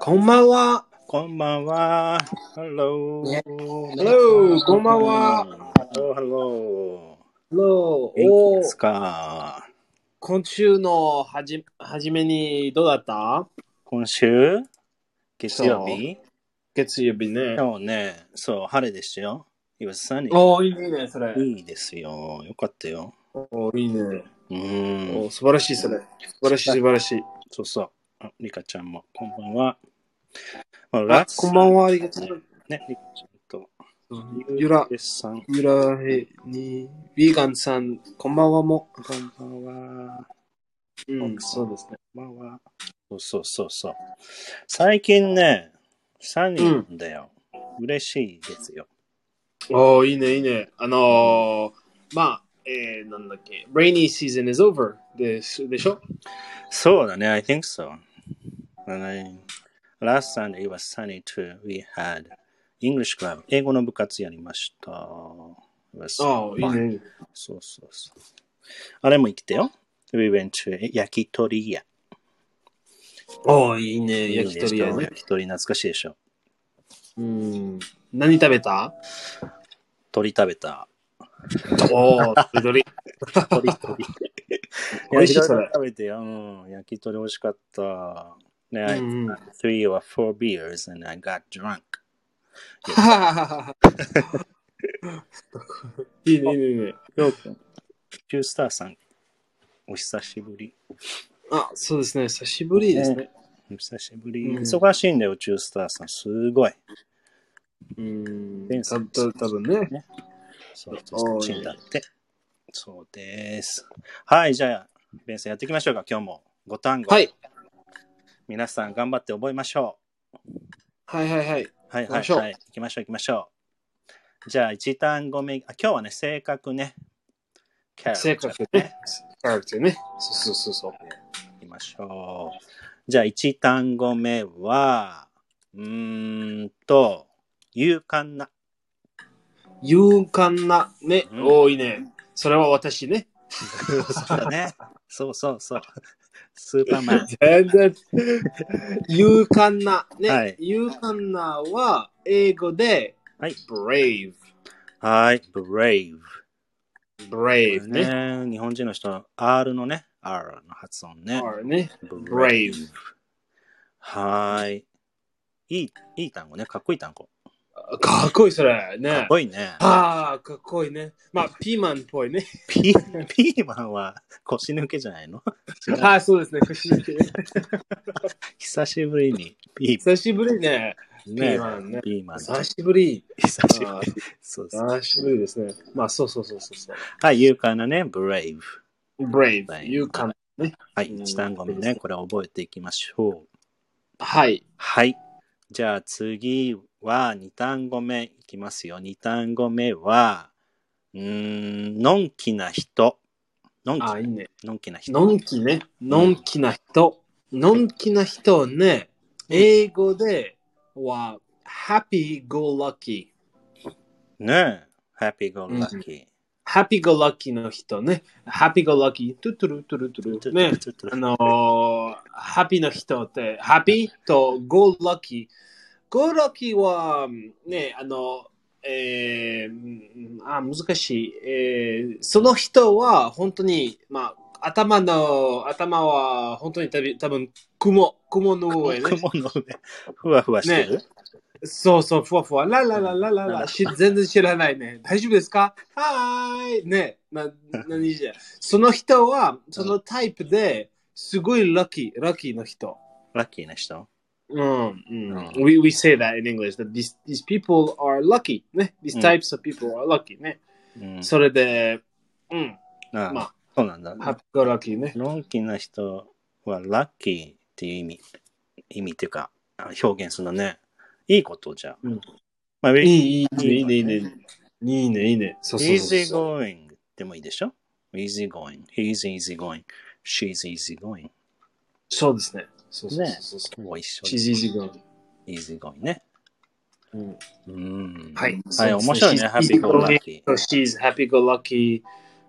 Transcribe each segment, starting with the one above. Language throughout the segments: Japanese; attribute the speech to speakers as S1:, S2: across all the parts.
S1: こんばんは。
S2: こんばんは。Hello.
S1: ね
S2: Hello.
S1: こんばんは。
S2: Hello. Hello.
S1: ロー
S2: 元気
S1: お
S2: で
S1: ー
S2: すか
S1: 今週のはじ初めにどうだった
S2: 今週月曜日
S1: 月曜日ね。
S2: 今日ね、そう、晴れでしたよ。It was sunny.
S1: おーいいね、それ。
S2: いいですよ。よかったよ。
S1: おーいいね。
S2: う
S1: お
S2: ん。
S1: ー素晴らしい、それ。素晴らしい、素晴らしい。
S2: そうそう。あリカちゃんも、こんばんは。まあ、
S1: あ
S2: ラス
S1: こんばんは、ありがとう。
S2: ね、リカちゃんと、
S1: ゆら、
S2: ゆさん、
S1: ゆらへに、ヴィーガンさん、こんばんはも。
S2: こんばんは。
S1: うん、そうですね。
S2: こんばんは。そうそうそうそう。最近ね、サニーなんだよ。嬉しいですよ。
S1: おーいいね、いいね。あのー、まあ、えー、なんだっけ、rainy season is over ですでしょ
S2: そうだね、I think so. And I, last Sunday it was sunny too. We had English club. 英語の部活やりました。It was
S1: ああ、いい
S2: fun.
S1: ね。いいね
S2: そうそうそう。あれも行ってよ。We went to 焼き鳥屋。
S1: おーいいね、焼き鳥屋ね
S2: 焼。き鳥懐かしいでしょ。
S1: うん。何食べ た
S2: 鳥食べた。
S1: おー、緑。
S2: 鳥鳥。
S1: 美味しいそれ。
S2: 食べてよ。うん焼き鳥美味しかった。ね、
S1: うん
S2: I
S1: うん
S2: had three or four beers and I got drunk.
S1: いいね、いいね、いいね。
S2: ようくん、ジュースターさん、お久しぶり。
S1: あ、そうですね、久しぶりですね。
S2: お久しぶり。
S1: うん
S2: 忙しいんだよ、ジュースターさん。すごい。
S1: うん。
S2: ね
S1: たぶん、たぶんね。
S2: そう、
S1: お
S2: 忙
S1: い
S2: しいんだって。そうです。はい、じゃあ、ベンさんやっていきましょうか、今日も。ご単語。
S1: はい。
S2: 皆さん頑張って覚えましょ
S1: はいはいはい。
S2: う。はい
S1: 行き
S2: は
S1: ま
S2: い
S1: しょう
S2: はい。行きましょう、行きましょう。じゃあ、一単語目。あ今日はね、性格ね。キャラクター
S1: 性格ね。カラクターね。そうそうそうそう。
S2: いきましょう。じゃあ、一単語目は、うーんと、勇敢な。
S1: 勇敢な、ね、
S2: うん
S1: 多いね。それは私ね。
S2: そう だね。そうそうそう。スーパーマン。
S1: 全然。 勇敢な、ね。
S2: はい
S1: 勇敢なは、英語で、
S2: はい
S1: brave。
S2: はい、brave。
S1: brave ね。
S2: ね、日本人の人の R のね、R の発音ね。
S1: R ね。brave。
S2: はい。いい、いい単語ね。かっこいい単語。
S1: かっこいいそれ。
S2: かっ
S1: ね。
S2: こいいね。
S1: ああ、かっこいいね。まあ、ピーマンっぽいね。
S2: ピー、ピーマンは腰抜けじゃないの
S1: ああ、そうですね。 腰抜け
S2: 久しぶりにピー
S1: 久しぶりね。ピー
S2: マ
S1: マ
S2: ン
S1: ン
S2: ね
S1: ね。
S2: ピーマン。
S1: 久しぶり。
S2: 久しぶり
S1: あ。
S2: そうそう。
S1: 久しぶりですね。まあ、そうそうそうそうそう。
S2: はい、勇敢なね、brave。
S1: brave。
S2: はい
S1: 勇敢。
S2: はい、
S1: うん
S2: 一単語目ね、これ覚えていきましょう。
S1: はい。
S2: はい。じゃあ次は二単語目いきますよ。二単語目は、うーん、のんきな人。のんき
S1: ああ、いいね。
S2: のんきな人。
S1: のんきね。のんきな人。のんきな人をね。英語では、happy go lucky。
S2: ねえ。happy go lucky。
S1: happy go lucky の人ね。happy go lucky。トゥトゥルトゥルトゥル。ね。
S2: ちょっと
S1: あのー、ハッピーの人って、ハッピーとゴーラッキー。ゴーラッキーは、ね、あの、えーうんあ難しい、えーその人は本当に、まあ、頭の、頭は本当にたぶ多分雲、雲の上ね。
S2: 雲の上、ふわふわしてる、
S1: そうそう、ふわふわ。ララララララ。し全然知らないね。大丈夫ですかはーい。ね。な、何じゃ。その人は、そのタイプで、すごいラッキー、ラッキーの人。
S2: ラッキーな人。
S1: うん。うん
S2: うん
S1: we, we say that in English, that these, these people are lucky. ね。These
S2: うん
S1: types of people are lucky. ね。
S2: うん。
S1: それで、うん。
S2: ああ
S1: ま
S2: そうなんだ
S1: あ、。ハッピーゴーラッキーね。
S2: のんきな人はラッキーっていう意味、意味っていうか、あ表現するのね。いいことじゃん。
S1: うん
S2: まあ、
S1: いい、いい、いいね、いいね。いいね、いいね。いいねそうそうそう
S2: easy
S1: そう。
S2: going でもいいでしょ ?easy going, he's easy going, she's easy going.
S1: そうですね。そうそう
S2: ね
S1: そうそ
S2: もう一
S1: う。
S2: 緒
S1: チ
S2: で
S1: ーズイージーゴー
S2: easy going ね。
S1: うん
S2: うん。
S1: はい
S2: はい、面白いね。
S1: そうですね
S2: happy go lucky。
S1: So she's happy go lucky.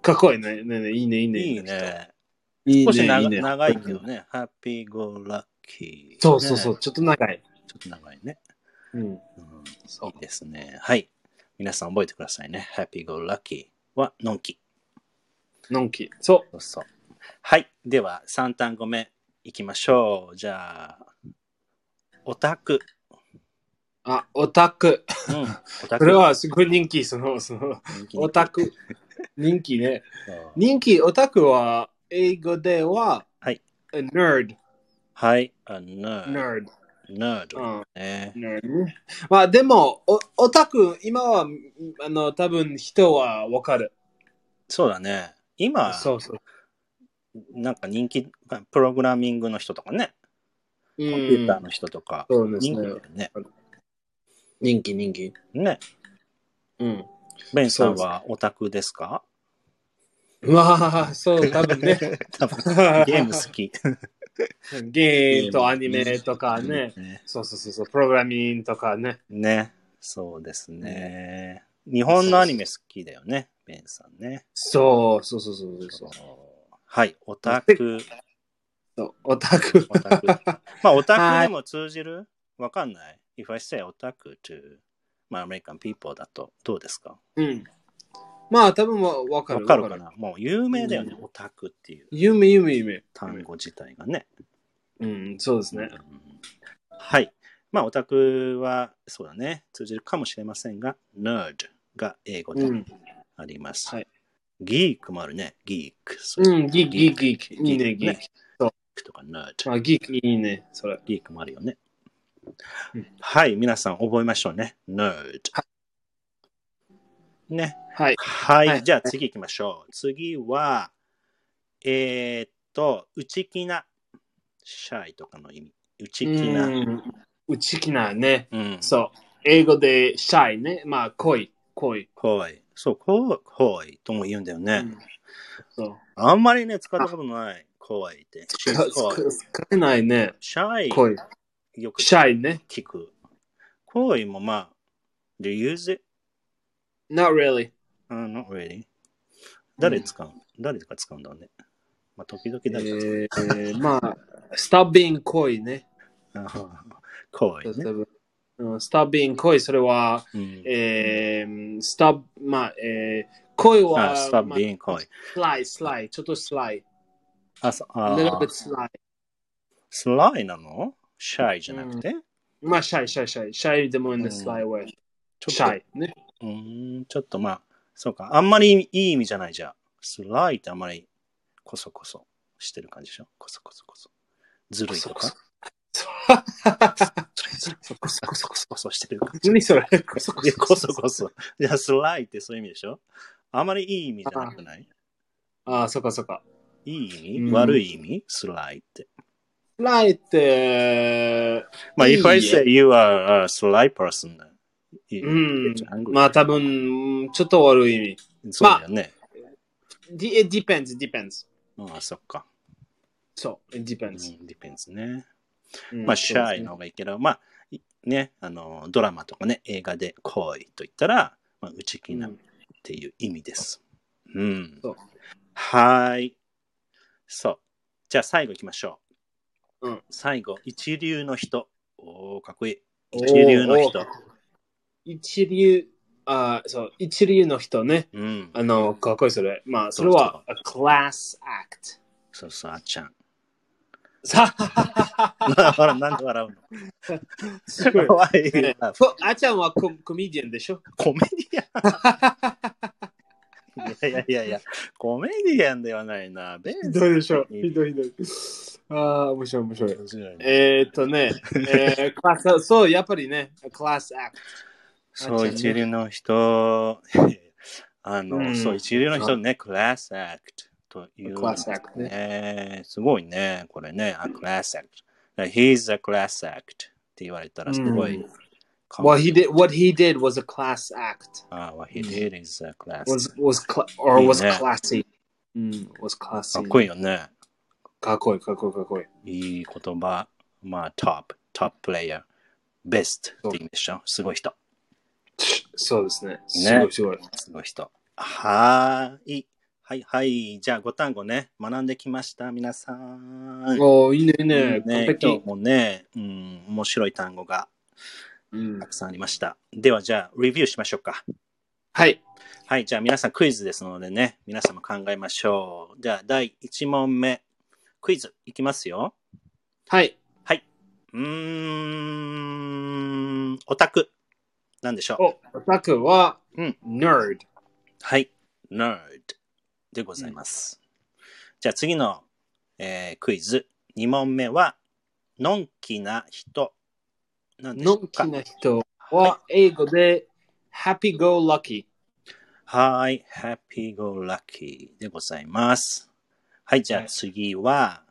S1: かっこいいね。ねねいいね、いいね。
S2: いいね。
S1: いい
S2: 少し
S1: ね、い
S2: 長
S1: いね。
S2: 長いけどね。happy go lucky キー。
S1: そうそうそう、
S2: ね
S1: ちょっと長い。
S2: ちょっと長いね。
S1: うん、
S2: うん
S1: そ
S2: いういですね。はい。皆さん覚えてくださいね。Happy Go Lucky はのんき。
S1: のんき。そ
S2: そうそう。はい。では、3単語目いきましょう。じゃあ、オタク。
S1: う。あ、オタク。
S2: うん。オタ
S1: これ
S2: ク。
S1: はすごい人気、その、その、
S2: 人気に
S1: オタク。人気ね。
S2: そう
S1: 人気、オタクは、英語では、
S2: はい。
S1: a nerd。
S2: はい。あ、nerd。
S1: nerd。
S2: nerd
S1: うん。
S2: ね。
S1: なるほどまあでも、おオタク、今は、あの、多分人はわかる。
S2: そうだね。今、
S1: そうそう。
S2: なんか人気、プログラミングの人とかね。
S1: う
S2: コンピューター
S1: ん、
S2: の人とか。
S1: そうです
S2: 人気だ
S1: ね
S2: よ。ね。
S1: 人気、人気。
S2: ね。
S1: うん。
S2: ベンさんはオタクですか
S1: まあ、そう、多分ね。
S2: 多分ゲーム好き。
S1: ゲームとアニメとかね。
S2: ね。
S1: そうそうそうそう、プログラミングとかね。
S2: ね。そうですね。日本のアニメ好きだよね、ベンさんね。
S1: そうそうそうそうそう
S2: はい、オタク。
S1: そう。オタク。
S2: オタク。まあ、オタクでも通じるわかんない。If I say オタク to まあ、American people だとどうですか
S1: うん。まあ、多分わわか
S2: わ
S1: る。
S2: かるかなもう有名だよね、
S1: う
S2: オタクっていう
S1: 夢、夢、夢。
S2: 単語自体がね。
S1: うん、そうですね。
S2: うんはい。まあ、オタクは、そうだね、通じるかもしれませんが、nerd が英語で
S1: うん。
S2: あります。
S1: はい
S2: ギークもあるね、ギーク。そう
S1: うん、ギーク、ギーク、ギーク。いいね、ギーク。
S2: クとか nerd。
S1: あ、ギークいいね、それ。
S2: ギークもあるよね
S1: うん。
S2: はい、皆さん覚えましょうね。nerd。ね。
S1: はい。
S2: はい、
S1: はい
S2: じゃあ次行きましょう。次は、えーっと、内気な、シャイとかの意味。内気な。うん。
S1: うん内気なね。そう。英語でシャイね。まあ、恋、恋。
S2: 恋。そう、恋、恋とも言うんだよね。
S1: うんそう。
S2: あんまりね、使ったことない。恋って。
S1: 使
S2: She's 恋
S1: えないね。
S2: シャイ。
S1: 恋。
S2: よく
S1: シャイね。
S2: 聞く。恋もまあ、do you use it?
S1: Not really.
S2: Uh, not really. 誰使う、誰が使うんだろうね。まあ、時々
S1: え
S2: 誰が使う。
S1: ー、まあ、stop being 恋ね。
S2: あはは恋ね。
S1: うん stop being 恋、それは、
S2: うん
S1: えー、stop、まあ、えー、恋は、
S2: あ、stop
S1: まあ、
S2: being 恋。
S1: sly, sly, ちょっと sly.
S2: あ、そ
S1: A
S2: あ
S1: little bit sly.
S2: スライなのシャイじゃなくて、
S1: まあ、シャイ、シャイ、シャイ。シャイでも in the sly way.
S2: ちょっと
S1: シャイ。ね。
S2: うーん、ちょっとまあ、そうか。あんまりいい意味じゃないじゃん。スライってあんまりこそこそしてる感じでしょこそこそこそ。ずるいとか。そこそこそこそこそしてる感じ。
S1: 何それ
S2: いや、こそこそ。いや、スライってそういう意味でしょあまりいい意味じゃなくない
S1: ああ、そっかそっか。
S2: いい意味、
S1: うん
S2: 悪い意味スライって。
S1: ライって、
S2: まあ、
S1: いいえ
S2: if I say you are a sly person,
S1: う
S2: you-
S1: ん
S2: it's。angry.
S1: まあ多分、ちょっと悪い意味。
S2: そうだよね。
S1: D- it depends, it depends.
S2: ああ、そっか。
S1: そう、it
S2: うん
S1: depends.
S2: depends ね。
S1: うん
S2: まあ、シャイ。の
S1: そう
S2: 方がいいけど、まあ、いね、あの、ドラマとかね、映画で恋と言ったら、まあ、内
S1: で
S2: 気
S1: すね
S2: なっていう意味です。うん
S1: そう。
S2: はーい。そう。じゃあ最後行きましょう。
S1: うん
S2: 最後、一流の人。おー、かっこいい。
S1: おー
S2: 一流の人。
S1: 一流、あーそう、一流の人ね。
S2: うん。
S1: あの、かっこいいそれ。まあ、そ
S2: そう
S1: れ
S2: そう
S1: は、a class act.
S2: そうそう、あっちゃん。
S1: さ
S2: ほら、なんで笑うの
S1: す ごい。
S2: 怖い
S1: ね
S2: な
S1: こあちゃんはココメディアンでしょ
S2: コメディアン。いやいやいやいや、コメディアンではないな。ベ
S1: ひ
S2: ンさ
S1: ど
S2: ん
S1: いでしょ。ひどいひどい。ああ、面白い面白い。
S2: 面白いね
S1: えーっとね、えー、クラス、そう、やっぱりね、クラスアクあっ
S2: そ
S1: ち
S2: う、
S1: ゃんね
S2: 一流の人。あの、
S1: うん
S2: そう、一流の人ね、クラスアクトという。
S1: ト。クラスアクトね。
S2: ね。すごいね、これね、あ、クラスアクト。He's a class act って言われたらすごい。
S1: うん What he did, what he did was a class act.
S2: あ、what he did is a class
S1: Was was cla- or
S2: いいね
S1: was classy. うん、was
S2: か
S1: classy.
S2: っこいい
S1: い。
S2: よね。
S1: かっこいい、かっこいい、かっこいい。
S2: いい言葉。まあ、top、top player、best って意味でしょ。すごい人。
S1: そうですね。すごい、すごい。
S2: すごい人。はーい。はいはい。じゃあ、5単語ね、学んできました、皆さん。
S1: おーいいね、いいね。
S2: う
S1: 完
S2: んね今
S1: 璧
S2: 日。もね、うん、面白い単語が
S1: うん
S2: たくさんありました。では、じゃあ、レビューしましょうか。
S1: はい。
S2: はい、じゃあ皆さんクイズですのでね、皆さんも考えましょう。じゃあ第1問目、クイズいきますよ。
S1: はい。
S2: うーん、オタク。なんでしょう
S1: お、オタクは、
S2: うん、
S1: nerd。
S2: はい、nerd でございます。じゃあ次の、えークイズ、2問目は、のんきな人。なんでしょ
S1: の
S2: うん
S1: き
S2: か
S1: な人は、英語で、happy go lucky。
S2: はい、Happy Go Lucky でございます。はい、じゃあ
S1: はい
S2: 次は、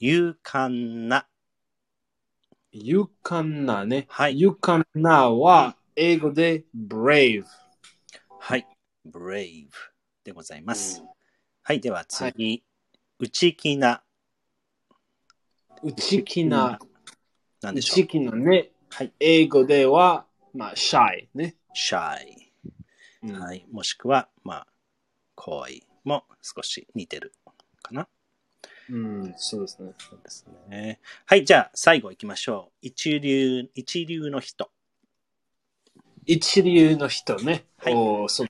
S2: 勇敢な。
S1: 勇敢なね。
S2: はい
S1: 勇敢なは、英語で、brave。
S2: はい、Brave でございます。はい、では次、内気な。
S1: 内気な、
S2: なんでしょ
S1: 内
S2: う
S1: 気なね。
S2: はい、
S1: 英語では、まあ、shy ね。
S2: Shy、
S1: うん
S2: はい、もしくは、まあ、恋も少し似てるかな。
S1: うん、そうですね。
S2: そうですね。はい、じゃあ最後行きましょう。一流、一流の人。
S1: 一流の人ね。
S2: はい
S1: おーそう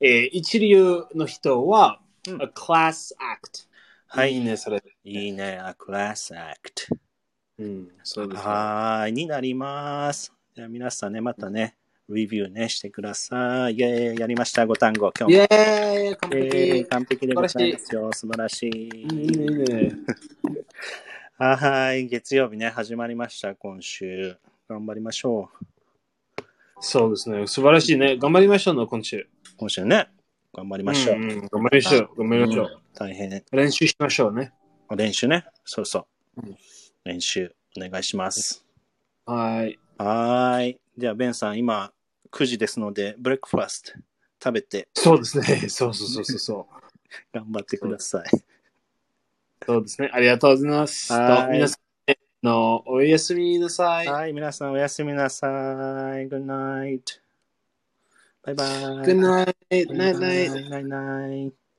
S1: えー一流の人は、
S2: うん
S1: a class act。
S2: はい、
S1: いね、それ。
S2: いいね、A Class Act。
S1: うん、そうですね。
S2: はーい、になります。じゃあ皆さんね、またね、レビューね、してください。イェーイ、やりました、ご単語、今
S1: イ
S2: 日も。
S1: ェーイ完
S2: イェーイ
S1: 璧
S2: 完璧でございますよ。素晴ら
S1: い
S2: しい。
S1: いね、いいね。
S2: はーい、月曜日ね、始まりました、今週。頑張りましょ
S1: そうですね。素晴らしいね。頑張りましょうの、今週。
S2: う。今週ね、頑張りましょう。
S1: んん頑張りましょう。頑張りましょう。
S2: 大変。
S1: 練習しましょうね。
S2: 練習ね。そうそう
S1: うん。
S2: 練習、お願いします。
S1: はい。
S2: はーい。じゃあ、ベンさん、今、9時ですので、ブレックファースト食べて
S1: そうですね。 そうそうそうそうそう。
S2: 頑張ってください。
S1: そうですね。ありがとうございます。
S2: はい
S1: と皆さん、あのおやすみなさい。
S2: はい、皆さんおやすみなさい。Good night. バイバイ。
S1: Good night. Night night.
S2: night. night.